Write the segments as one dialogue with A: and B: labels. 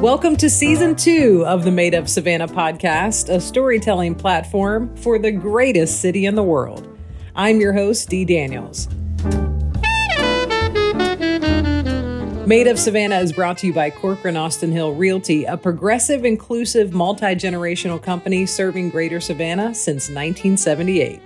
A: Welcome to season two of the Made Up Savannah podcast, a storytelling platform for the greatest city in the world. I'm your host, Dee Daniels. Made Up Savannah is brought to you by Corcoran Austin Hill Realty, a progressive, inclusive, multi generational company serving Greater Savannah since 1978.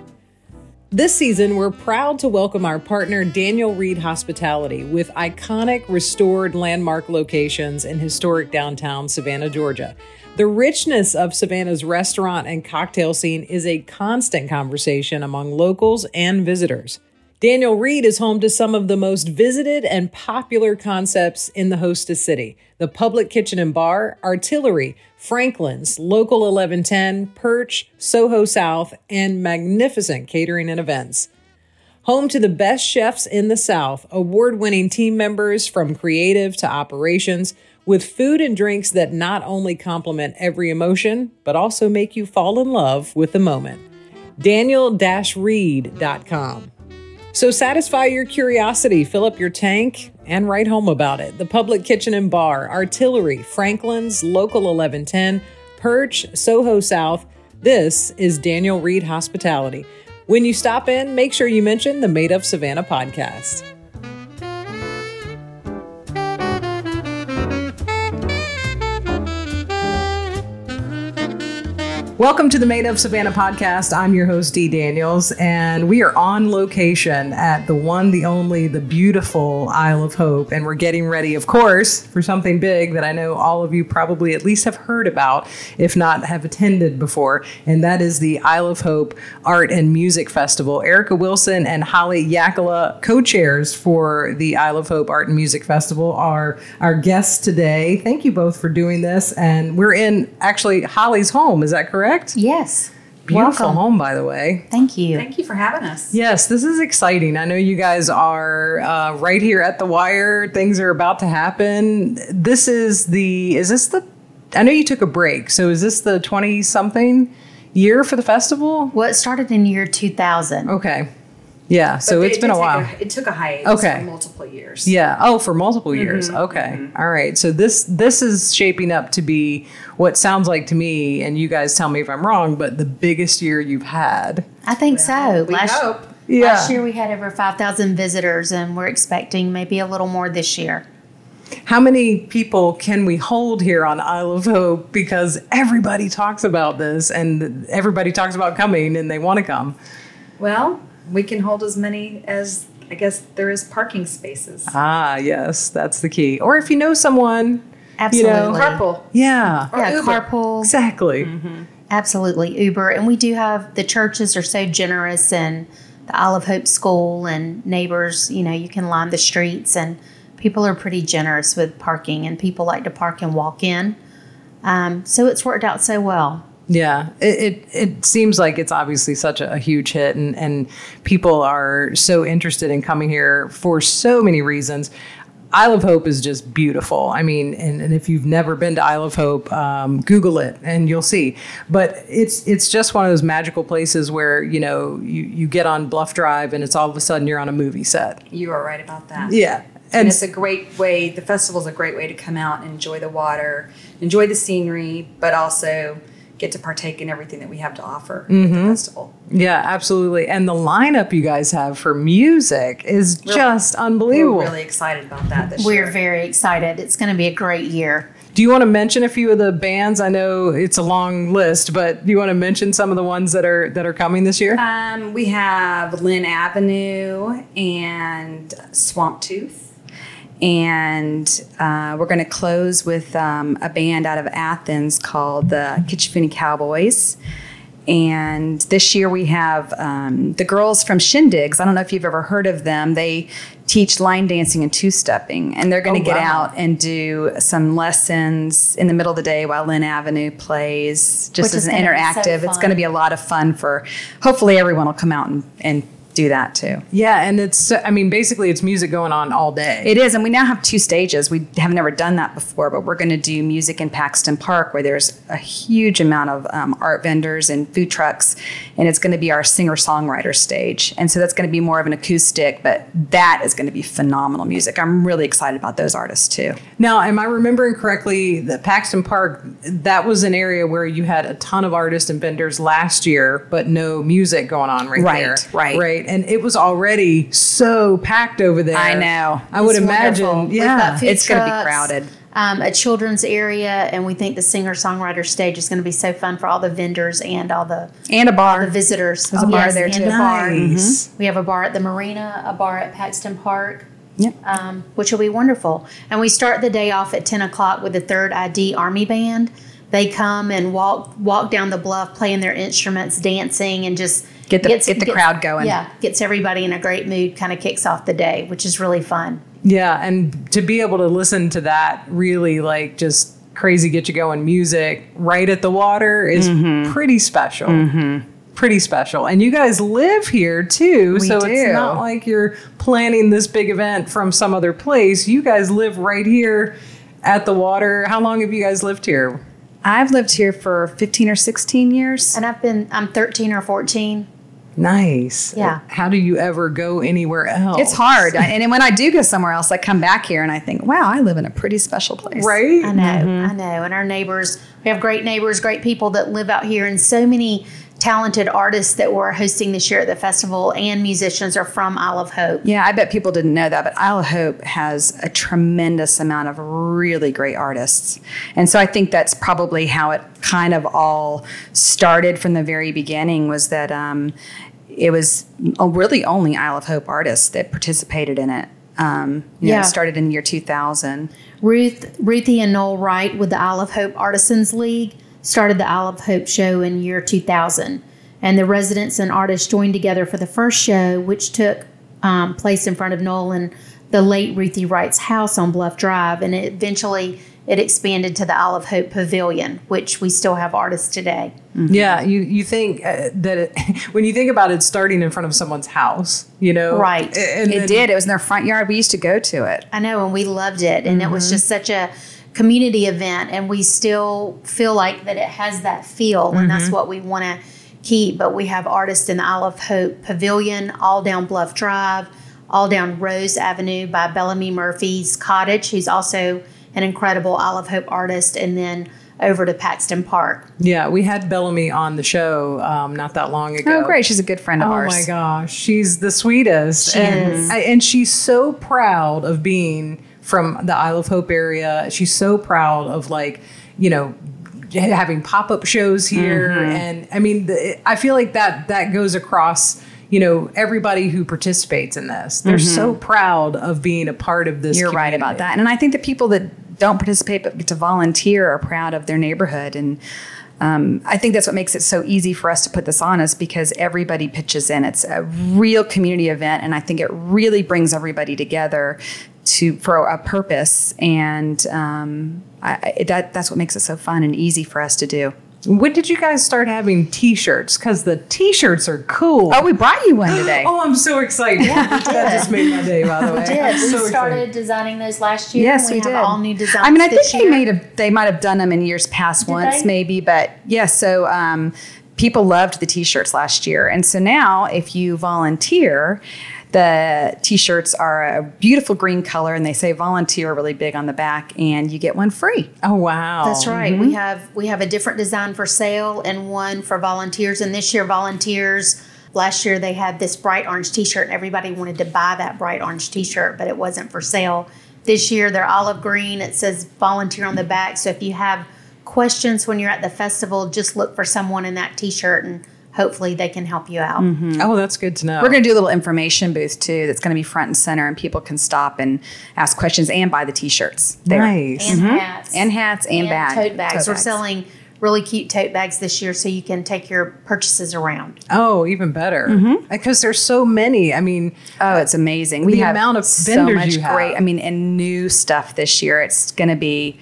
A: This season, we're proud to welcome our partner Daniel Reed Hospitality with iconic restored landmark locations in historic downtown Savannah, Georgia. The richness of Savannah's restaurant and cocktail scene is a constant conversation among locals and visitors. Daniel Reed is home to some of the most visited and popular concepts in the hostess city the public kitchen and bar, Artillery, Franklin's, Local 1110, Perch, Soho South, and magnificent catering and events. Home to the best chefs in the South, award winning team members from creative to operations, with food and drinks that not only complement every emotion, but also make you fall in love with the moment. Daniel Reed.com. So satisfy your curiosity, fill up your tank, and write home about it. The Public Kitchen and Bar, Artillery, Franklin's, Local 1110, Perch, Soho South. This is Daniel Reed Hospitality. When you stop in, make sure you mention the Made Up Savannah podcast. Welcome to the Made Up Savannah podcast. I'm your host, Dee Daniels, and we are on location at the one, the only, the beautiful Isle of Hope. And we're getting ready, of course, for something big that I know all of you probably at least have heard about, if not have attended before. And that is the Isle of Hope Art and Music Festival. Erica Wilson and Holly Yakala, co chairs for the Isle of Hope Art and Music Festival, are our guests today. Thank you both for doing this. And we're in actually Holly's home. Is that correct?
B: Yes.
A: Beautiful
B: Welcome.
A: home, by the way.
B: Thank you.
C: Thank you for having us.
A: Yes, this is exciting. I know you guys are uh, right here at the wire. Things are about to happen. This is the, is this the, I know you took a break. So is this the 20 something year for the festival?
B: Well, it started in year
C: Oh.
B: 2000.
A: Okay. Yeah. So
C: But
A: it's
C: it
A: been a
C: did take
A: while.
C: it took a hiatus
A: Okay.
C: for multiple years.
A: Yeah. Oh, for multiple
C: Mm-hmm.
A: years. Okay. All right. So this this is shaping up to be what sounds like to me, and you guys tell me if I'm wrong, but the biggest year you've had.
B: I think so.
C: We hope.
B: last year we had over 5,000 visitors and we're expecting maybe a little more this year.
A: How many people can we hold here on Isle of Hope? Because everybody talks about this, and everybody talks about coming, and they want to come.
C: Well, we can hold as many as I guess there is parking spaces.
A: Ah, yes, that's the key. Or if you know someone,
B: Absolutely.
C: Carpool.
A: yeah,
C: Or
B: yeah,
C: Uber.
B: carpool.
A: exactly.
C: Mm-hmm.
B: Absolutely. Uber. And we do have the churches are so generous and the Isle of Hope School and neighbors, you know, you can line the streets and people are pretty generous with parking and people like to park and walk in. Um, so it's worked out so well.
A: Yeah, it, it it seems like it's obviously such a, a huge hit, and and people are so interested in coming here for so many reasons. Isle of Hope is just beautiful. I mean, and, and if you've never been to Isle of Hope, um, Google it and you'll see. But it's it's just one of those magical places where you know you you get on Bluff Drive and it's all of a sudden you're on a movie set.
C: You are right about that.
A: Yeah,
C: And,
A: and
C: it's a great way, the festival's a great way to come out and enjoy the water, enjoy the scenery, but also get to partake in everything that we have to offer at
A: Mm-hmm.
C: the festival.
A: yeah, absolutely. And the lineup you guys have for music is just unbelievable.
C: We're really excited about that this
B: We're
C: year.
B: very excited. It's going to be a great year.
A: Do you want to mention a few of the bands? I know it's a long list, but do you want to mention some of the ones that are that are coming this year?
C: Um, we have Lynn Avenue and Swamp Tooth. And uh, we're going to close with um, a band out of Athens called the Kitchafuni Cowboys. And this year we have um, the girls from Shindigs. I don't know if you've ever heard of them. They teach line dancing and two stepping. And they're going
A: Oh,
C: to get
A: wow.
C: out and do some lessons in the middle of the day while Lynn Avenue plays just
B: Which
C: as
B: is
C: an
B: gonna be so
C: interactive. it's
B: fun.
C: going to be a lot of fun for hopefully everyone will come out and, and do that too.
A: Yeah, and it's I mean basically it's music going on all day.
C: It is, and we now have two stages. We have never done that before, but we're going to do music in Paxton Park, where there's a huge amount of um, art vendors and food trucks, and it's going to be our singer songwriter stage. And so that's going to be more of an acoustic, but that is going to be phenomenal music. I'm really excited about those artists too.
A: Now, am I remembering correctly that Paxton Park that was an area where you had a ton of artists and vendors last year, but no music going on right,
C: Right,
A: there,
C: right.
A: right, and it was already so packed over there.
C: I know.
A: I would
B: It's
A: imagine.
B: wonderful. We've
A: Yeah,
B: got food
C: it's gonna be
B: trucks,
C: crowded.
B: Um, a children's area, and we think the singer songwriter stage is going to be so fun for all the vendors and all the
C: And a bar.
B: the visitors.
C: There's a bar there,
B: and
C: too.
B: a bar.
A: Nice.
B: We have a bar at the marina, a bar at Paxton Park,
C: Yep.
B: um, which will be wonderful. And we start the day off at ten o'clock with the Third ID Army Band. They come and walk walk down the bluff, playing their instruments, dancing, and just
C: Get the- get the crowd going.
B: Yeah, gets everybody in a great mood. Kind of kicks off the day, which is really fun.
A: Yeah, and to be able to listen to that really like just crazy get you going music right at the water is
C: Mm-hmm.
A: pretty special. Pretty special. And you guys live here too, so
C: do.
A: it's not like you're planning this big event from some other place. You guys live right here at the water. How long have you guys lived here?
C: I've lived here for 15 or 16 years.
B: And I've been I'm thirteen or fourteen.
A: Nice.
B: Yeah.
A: How do you ever go anywhere else?
C: It's hard. I- and then when I do go somewhere else, I come back here and I think, wow, I live in a pretty special place.
A: Right?
B: I know,
C: Mm-hmm.
B: I know. And our neighbors, we have great neighbors, great people that live out here, and so many talented artists that we're hosting this year at the festival and musicians are from Isle of Hope.
C: Yeah, I bet people didn't know that, but Isle of Hope has a tremendous amount of really great artists. And so I think that's probably how it kind of all started from the very beginning was that um, it was really only Isle of Hope artists that participated in it. Um, you know,
B: Yeah.
C: it started in the year 2000.
B: Ruth, Ruthie and Noel Wright with the Isle of Hope Artisans League started the Isle of Hope show in year 2000. And the residents and artists joined together for the first show, which took um, place in front of Noel and the late Ruthie Wright's house on Bluff Drive. And it eventually it expanded to the Isle of Hope Pavilion, which we still have artists today.
A: Yeah, you you think uh, that it, when you think about it starting in front of someone's house, you know,
B: Right.
A: a- And
C: It
A: then-
C: did. It was in their front yard. We used to go to it.
B: I know, and we loved it, and it
C: Mm-hmm.
B: was just such a community event, and we still feel like that it has that feel, and
C: Mm-hmm.
B: that's what we want to keep. But we have artists in the Isle of Hope Pavilion, all down Bluff Drive, all down Rose Avenue by Bellamy Murphy's cottage, who's also an incredible Isle of Hope artist, and then over to Paxton Park.
A: Yeah, we had Bellamy on the show um, not that long ago.
C: Oh, great. She's a good friend of
A: Oh
C: ours.
A: my gosh, she's the sweetest.
B: She
A: and,
B: is.
A: I- and she's so proud of being from the Isle of Hope area. She's so proud of like, you know, having pop up shows here. And I mean, the, I feel like that that goes across. You know, everybody who participates in this, they're so proud of being a part of this.
C: You're right
A: community.
C: about that. And I think the people that don't participate but get to volunteer are proud of their neighborhood. And um, I think that's what makes it so easy for us to put this on is because everybody pitches in. It's a real community event, and I think it really brings everybody together to for a purpose. And um, I, I, that that's what makes it so fun and easy for us to do.
A: When did you guys start having T-shirts? Because the T-shirts are cool.
C: Oh, we brought you one today.
A: Oh, I'm so excited! that just made my day. By the way,
B: Did
A: I'm
B: we
A: so
B: started
A: excited.
B: designing those last year?
C: Yes,
B: and
C: we,
B: we
C: did.
B: Have all new designs.
C: I mean, I
B: this
C: think they
B: year.
C: might have they might have done them in years past once,
B: they?
C: maybe, but yeah. So um, people loved the T-shirts last year, and so now if you volunteer. The t-shirts are a beautiful green color and they say volunteer really big on the back and you get one free.
A: Oh wow,
B: That's right.
C: Mm-hmm.
B: We have we have a different design for sale and one for volunteers. And this year, volunteers. Last year they had this bright orange T-shirt, and everybody wanted to buy that bright orange T-shirt, but it wasn't for sale. This year they're olive green. It says volunteer on the back. So if you have questions when you're at the festival, just look for someone in that T-shirt, and hopefully they can help you out.
C: Mm-hmm.
A: Oh, that's good to know.
C: We're going to do a little information booth too that's going to be front and center and people can stop and ask questions and buy the t-shirts. There.
A: nice.
B: And hats
C: Mm-hmm. And hats and,
B: and
C: bags.
B: tote bags. We're selling really cute tote bags this year, so you can take your purchases around.
A: Oh, even better
C: Mm-hmm.
A: because there's so many. I mean,
C: Oh, it's amazing. We
A: The
C: have
A: amount of
C: so
A: vendors
C: much
A: you have.
C: great. I mean, and new stuff this year. It's going to be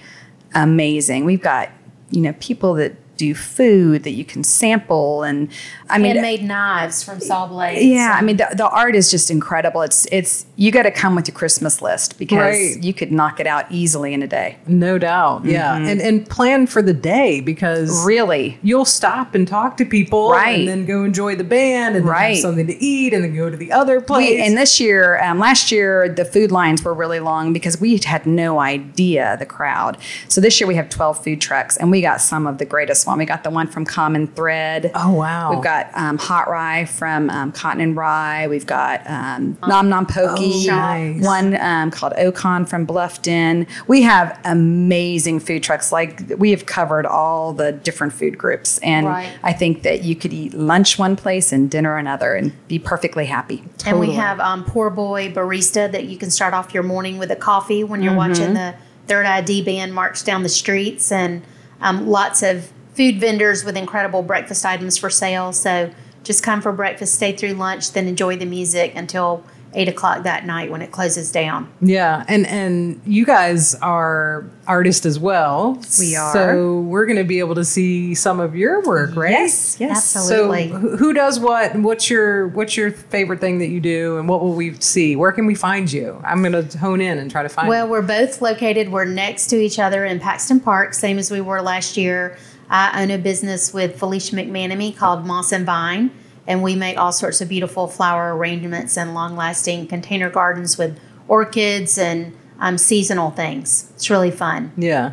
C: amazing. We've got you know people that do food that you can sample and I mean
B: handmade knives from Saw Blades.
C: yeah, I mean the, the art is just incredible. It's it's you got to come with your Christmas list because
A: Right.
C: you could knock it out easily in a day.
A: No doubt. Yeah.
C: Mm-hmm.
A: And and plan for the day because
C: Really,
A: you'll stop and talk to people
C: Right.
A: and then go enjoy the band and then have
C: Right.
A: something to eat and then go to the other place.
C: We, and this year, um, last year, the food lines were really long because we had no idea the crowd. So this year we have 12 food trucks and we got some of the greatest one. We got the one from Common Thread.
A: oh wow.
C: We've got um, Hot Rye from um, Cotton and Rye. We've got um, Nom Nom Pokey.
A: Oh, nice.
C: One um, called Ocon from Bluffton. We have amazing food trucks. Like we have covered all the different food groups, and
B: Right.
C: I think that you could eat lunch one place and dinner another, and be perfectly happy.
B: And we
A: Totally.
B: have um, Poor Boy Barista that you can start off your morning with a coffee when
A: Mm-hmm.
B: you're watching the Third ID band march down the streets, and um, lots of food vendors with incredible breakfast items for sale. So just come for breakfast, stay through lunch, then enjoy the music until eight o'clock that night when it closes down.
A: Yeah, and and you guys are artists as well.
C: We are.
A: So we're going to be able to see some of your work, right?
C: Yes, yes.
B: Absolutely.
A: So who- who does what? and What's your what's your favorite thing that you do, and what will we see? Where can we find you? I'm going to hone in and try to find.
B: Well, we're both located. We're next to each other in Paxton Park, same as we were last year. I own a business with Felicia McManamy called Moss and Vine, and we make all sorts of beautiful flower arrangements and long-lasting container gardens with orchids and um, seasonal things. It's really fun.
A: you. yeah.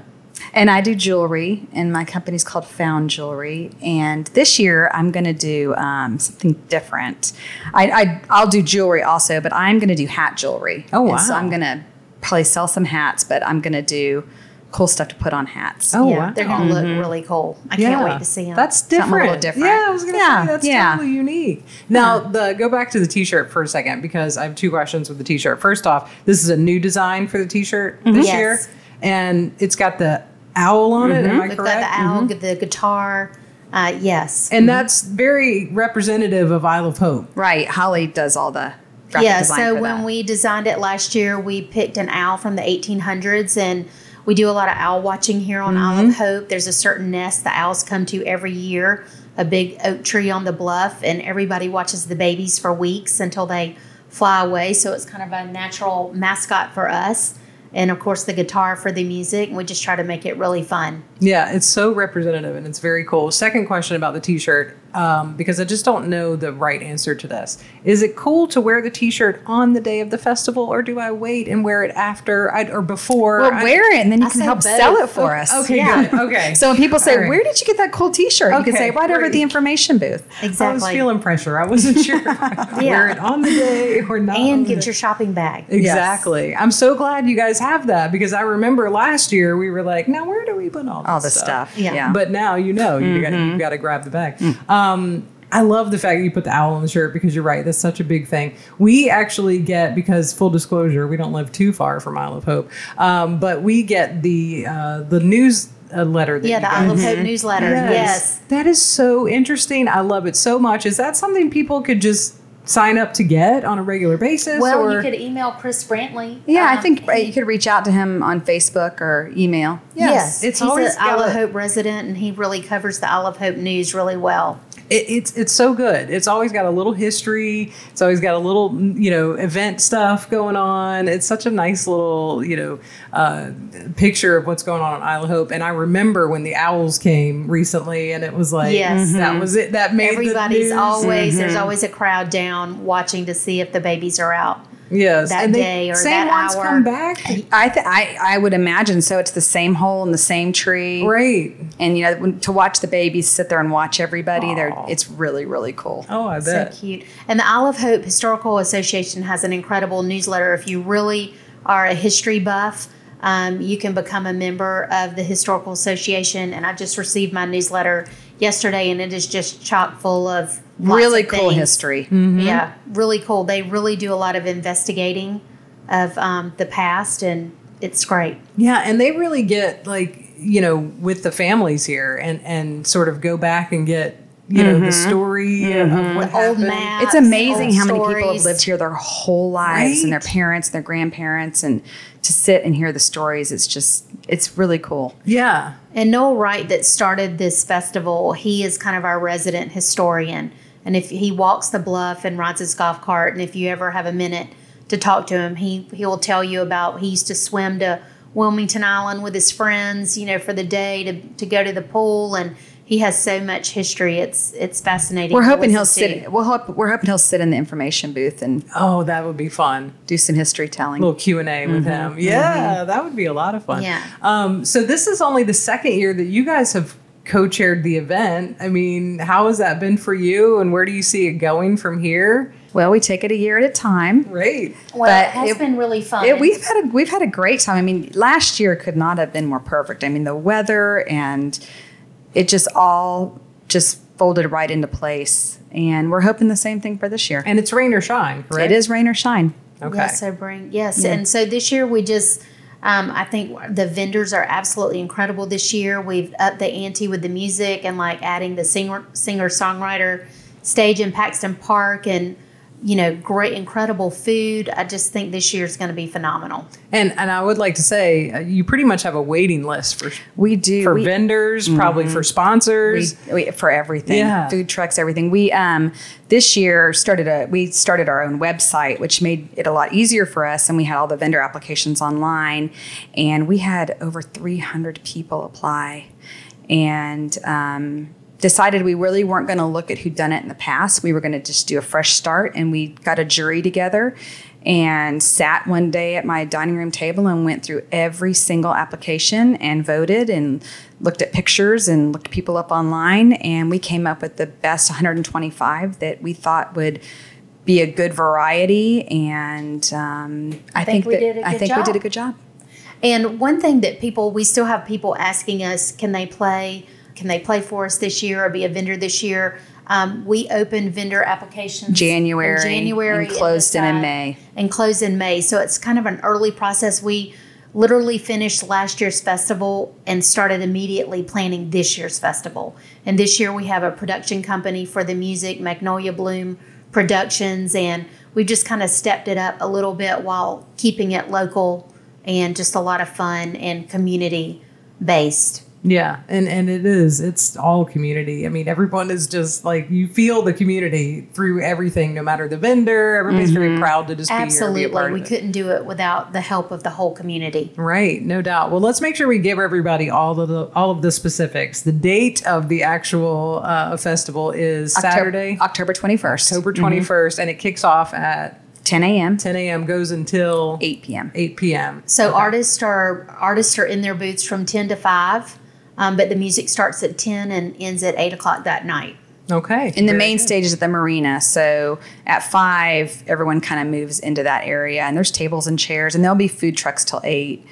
C: And I do jewelry, and my company's called Found Jewelry. And this year, I'm going to do um, something different. I, I I'll do jewelry also, but I'm going to do hat jewelry.
A: Oh,
C: And so
A: wow.
C: I'm going to probably sell some hats, but I'm going to do cool stuff to put on hats.
A: Oh wow.
B: They're going to look really cool. I can't wait to see them.
A: That's different.
C: Something a little different.
A: Yeah, I was gonna
C: Yeah,
A: say that's
C: yeah.
A: totally unique. Now, the go back to the T-shirt for a second because I have two questions with the T-shirt. First off, this is a new design for the T-shirt this
B: Mm-hmm. Yes.
A: year, and it's got the owl on it. Am I
B: Mm-hmm. We've
A: correct?
B: got the owl, the guitar. Uh, yes.
A: And that's very representative of Isle of Hope.
C: Right. Holly does all the graphic
B: yeah,
C: design
B: so
C: for
B: when
C: that.
B: we designed it last year, we picked an owl from the 1800s, and we do a lot of owl watching here on Isle of Hope. There's a certain nest the owls come to every year, a big oak tree on the bluff, and everybody watches the babies for weeks until they fly away. So it's kind of a natural mascot for us. And of course, the guitar for the music, and we just try to make it really fun.
A: Yeah, it's so representative and it's very cool. Second question about the T-shirt, um, because I just don't know the right answer to this. Is it cool to wear the T-shirt on the day of the festival, or do I wait and wear it after I, or before?
C: well,
A: I-
C: wear it, and then you
B: I
C: can
B: say
C: help
B: both.
C: sell it for us.
A: Okay, good. Okay.
C: So when people say,
A: All right.
C: "Where did you get that cool T-shirt?" you can
A: Okay,
C: say, "Right over
A: great.
C: at the information booth."
B: Exactly.
A: I was feeling pressure. I wasn't sure if I would
B: Yeah.
A: wear it on the day or not. on
B: and
A: the
B: get
A: day.
B: your shopping bag.
A: Exactly. I'm so glad you guys have that because I remember last year we were like, now where do we put all this
C: All the stuff.
B: Yeah.
A: But now you know you got you got to grab the bag. Um, I love the fact that you put the owl on the shirt because you're right. That's such a big thing. We actually get because full disclosure, we don't live too far from Isle of Hope, um, but we get the uh, the news uh, letter. That
B: Yeah,
A: you
B: the
A: guys
B: Isle of Hope newsletter. yes.
A: that is so interesting. I love it so much. Is that something people could just sign up to get on a regular basis?
B: Well,
A: or?
B: you could email Chris Brantley.
C: Yeah, I
B: Um,
C: think uh, you could reach out to him on Facebook or email.
A: Yes,
B: Yes,
A: it's
B: it's he's
A: always
B: an Isle
A: got
B: of
A: a-
B: Hope resident, and he really covers the Isle of Hope news really well.
A: it, it's it's so good. It's always got a little history. It's always got a little you know event stuff going on. It's such a nice little you know uh, picture of what's going on on Isle of Hope. And I remember when the owls came recently, and it was like
B: Yes.
A: that was it. That made the
B: Everybody's
A: news.
B: always
C: Mm-hmm.
B: there's always a crowd down watching to see if the babies are out.
A: yes
B: that
A: and they,
B: day or
A: same
B: that
A: ones
B: hour.
A: come back.
C: I, th- I I would imagine so. It's the same hole in the same tree,
A: Great.
C: and you know when, to watch the babies sit there and watch everybody. They're
A: Aw.
C: it's really really cool.
A: Oh, I
B: So
A: bet.
B: cute. And the Isle of Hope Historical Association has an incredible newsletter. If you really are a history buff, um, you can become a member of the Historical Association. And I just received my newsletter yesterday, and it is just chock full of lots
C: really
B: of
C: cool
B: things.
C: history.
B: Yeah, really cool. They really do a lot of investigating of um, the past, and it's great.
A: Yeah, and they really get like you know with the families here and and sort of go back and get you know, the story of what
B: Mm-hmm. Old
A: happened.
B: maps.
C: It's amazing
B: old
C: how many people have
B: stories.
C: lived here their whole lives and their
A: Right.
C: parents, their grandparents, and to sit and hear the stories, it's just, it's really cool.
A: Yeah.
B: And Noel Wright, that started this festival, he is kind of our resident historian. And if he walks the bluff and rides his golf cart, and if you ever have a minute to talk to him, he he will tell you about he used to swim to Wilmington Island with his friends, you know, for the day to, to go to the pool. And he has so much history. It's it's fascinating.
C: We're
B: to
C: hoping he'll
B: listen to.
C: sit. We'll hope, we're hoping he'll sit in the information booth and
A: Oh, that would be fun.
C: do some history telling.
A: little Q and A with him. Yeah, that would be a lot of fun.
B: Yeah.
A: Um, so this is only the second year that you guys have co-chaired the event. I mean, how has that been for you, and where do you see it going from here?
C: Well, we take it a year at a time.
A: Great.
B: Well,
C: but
B: it has
C: it-
B: been really fun.
C: It, we've had a we've had a great time. I mean, last year could not have been more perfect. I mean, the weather and it just all just folded right into place. And we're hoping the same thing for this year.
A: And it's rain or shine, correct?
C: It is rain or shine.
A: Okay.
B: Yeah, so bring yes, and so this year we just, um, I think the vendors are absolutely incredible this year. We've upped the ante with the music and like adding the singer singer songwriter stage in Paxton Park and you know great incredible food. I just think this year is going to be phenomenal.
A: and and I would like to say uh, you pretty much have a waiting list for
C: We do
A: for
C: we,
A: vendors, probably for
C: we,
A: sponsors.
C: we- for everything
A: Yeah.
C: food trucks everything we um this year started a we started our own website which made it a lot easier for us and we had all the vendor applications online and we had over 300 people apply and um decided we really weren't going to look at who'd done it in the past we were going to just do a fresh start and we got a jury together and sat one day at my dining room table and went through every single application and voted and looked at pictures and looked people up online and we came up with the best 125 that we thought would be a good variety and um, I,
B: think
C: think,
B: we
C: that,
B: did a
C: I
B: good
C: think we
B: job.
C: did a good job.
B: And one thing that people, we still have people asking us, can they play? Can they play for us this year or be a vendor this year? Um, we opened vendor applications
C: January
B: in January
C: and closed in in
B: decide-
C: May.
B: and closed in May. So it's kind of an early process. We literally finished last year's festival and started immediately planning this year's festival. And this year we have a production company for the music, Magnolia Bloom Productions, and we just kind of stepped it up a little bit while keeping it local and just a lot of fun and community based.
A: Yeah, and and it is. It's all community. I mean, everyone is just like you feel the community through everything, no matter the vendor. Everybody's very proud to just be here, be a
B: Absolutely.
A: part
B: We
A: of it.
B: couldn't do it without the help of the whole community.
A: Right, no doubt. Well, let's make sure we give everybody all of the all of the specifics. The date of the actual uh, festival is Saturday,
C: October, October 21st,
A: October twenty and it kicks off at
C: 10 a.m. to
A: ten a.m. goes until
C: 8 p.m.
A: eight p.m.
B: So artists are artists are in their booths from ten to five, um, but the music starts at ten and ends at eight o'clock that night.
A: Okay,
C: And the
A: very
C: main
A: good.
C: stage is at the marina. So at five, everyone kind of moves into that area, and there's tables and chairs, and there'll be food trucks till eight.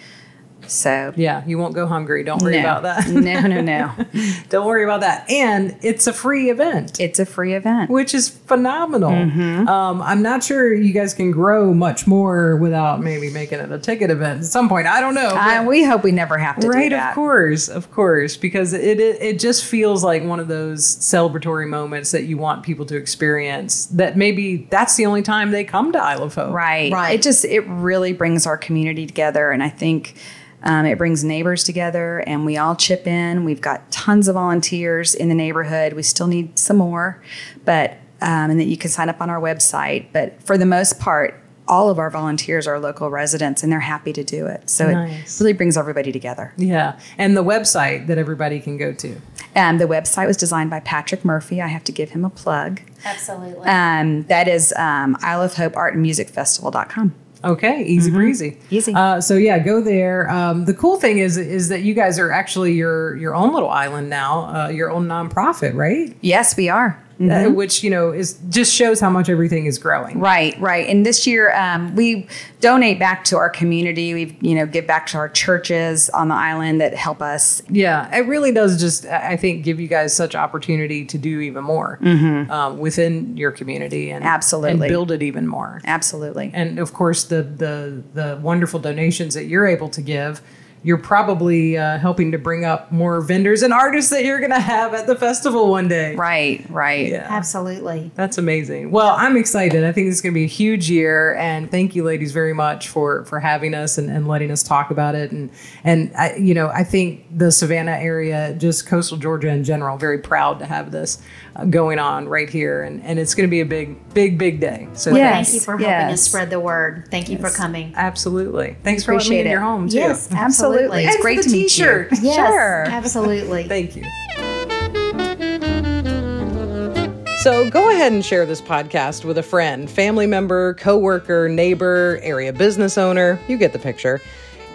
C: So
A: Yeah, you won't go hungry. Don't worry
C: no.
A: about that.
C: no, no, no.
A: Don't worry about that. And it's a free event.
C: It's a free event.
A: which is phenomenal.
C: Mm-hmm.
A: Um, I'm not sure you guys can grow much more without maybe making it a ticket event at some point. I don't know.
C: I, we hope we never have to
A: but-
C: do
A: right,
C: that.
A: of course, of course, because it, it it just feels like one of those celebratory moments that you want people to experience. That maybe that's the only time they come to Isle of Hope.
C: Right.
B: Right.
C: It just it really brings our community together, and I think um, it brings neighbors together, and we all chip in. We've got tons of volunteers in the neighborhood. We still need some more, but um, and that you can sign up on our website. But for the most part. All of our volunteers are local residents and they're happy to do it. So
A: Nice.
C: it really brings everybody together.
A: Yeah, and the website that everybody can go to.
C: Um, the website was designed by Patrick Murphy. I have to give him a plug.
B: Absolutely.
C: Um, that is um, Isle of Hope Art and Music Festival.com.
A: Okay, easy breezy.
C: Mm-hmm. Easy.
A: Uh, so yeah, go there. Um, the cool thing is is that you guys are actually your your own little island now, uh, your own nonprofit, right?
C: Yes, we are.
A: Uh, which you know is just shows how much everything is growing.
C: Right, right. And this year, um, we donate back to our community. We, you know, give back to our churches on the island that help us.
A: Yeah, it really does. Just I I think give you guys such opportunity to do even more um, within your community and and
C: Absolutely.
A: build it even more.
C: Absolutely.
A: And of course, the the the wonderful donations that you're able to give you're probably uh, helping to bring up more vendors and artists that you're going to have at the festival one day.
C: Right, right.
A: Yeah.
B: Absolutely.
A: That's amazing. Well, I'm excited. I think this is going to be a huge year, and thank you, ladies, very much for for having us and, and letting us talk about it. And and I, you know, I think the Savannah area, just coastal Georgia in general, very proud to have this uh, going on right here, and and it's going to be a big, big, big day. So
C: Yeah.
A: thanks.
B: Thank you for helping
C: yes.
B: us spread the word. Thank you for coming.
A: absolutely. Thanks for letting me
C: Appreciate
A: in
C: it.
A: your home too.
B: Yes.
C: Absolutely.
B: Absolutely.
C: It's
B: And
C: great
A: the
C: to meet
A: t-shirt.
C: you.
B: Yes,
C: Sure.
B: absolutely.
A: Thank you. So go ahead and share this podcast with a friend, family member, coworker, neighbor, area business owner. You get the picture.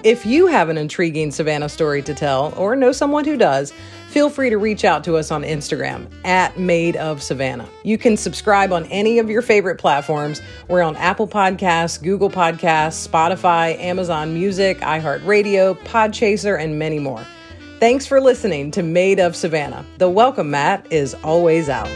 A: If you have an intriguing Savannah story to tell or know someone who does, feel free to reach out to us on Instagram at Made of Savannah. You can subscribe on any of your favorite platforms. We're on Apple Podcasts, Google Podcasts, Spotify, Amazon Music, iHeartRadio, Podchaser, and many more. Thanks for listening to Made of Savannah. The welcome mat is always out.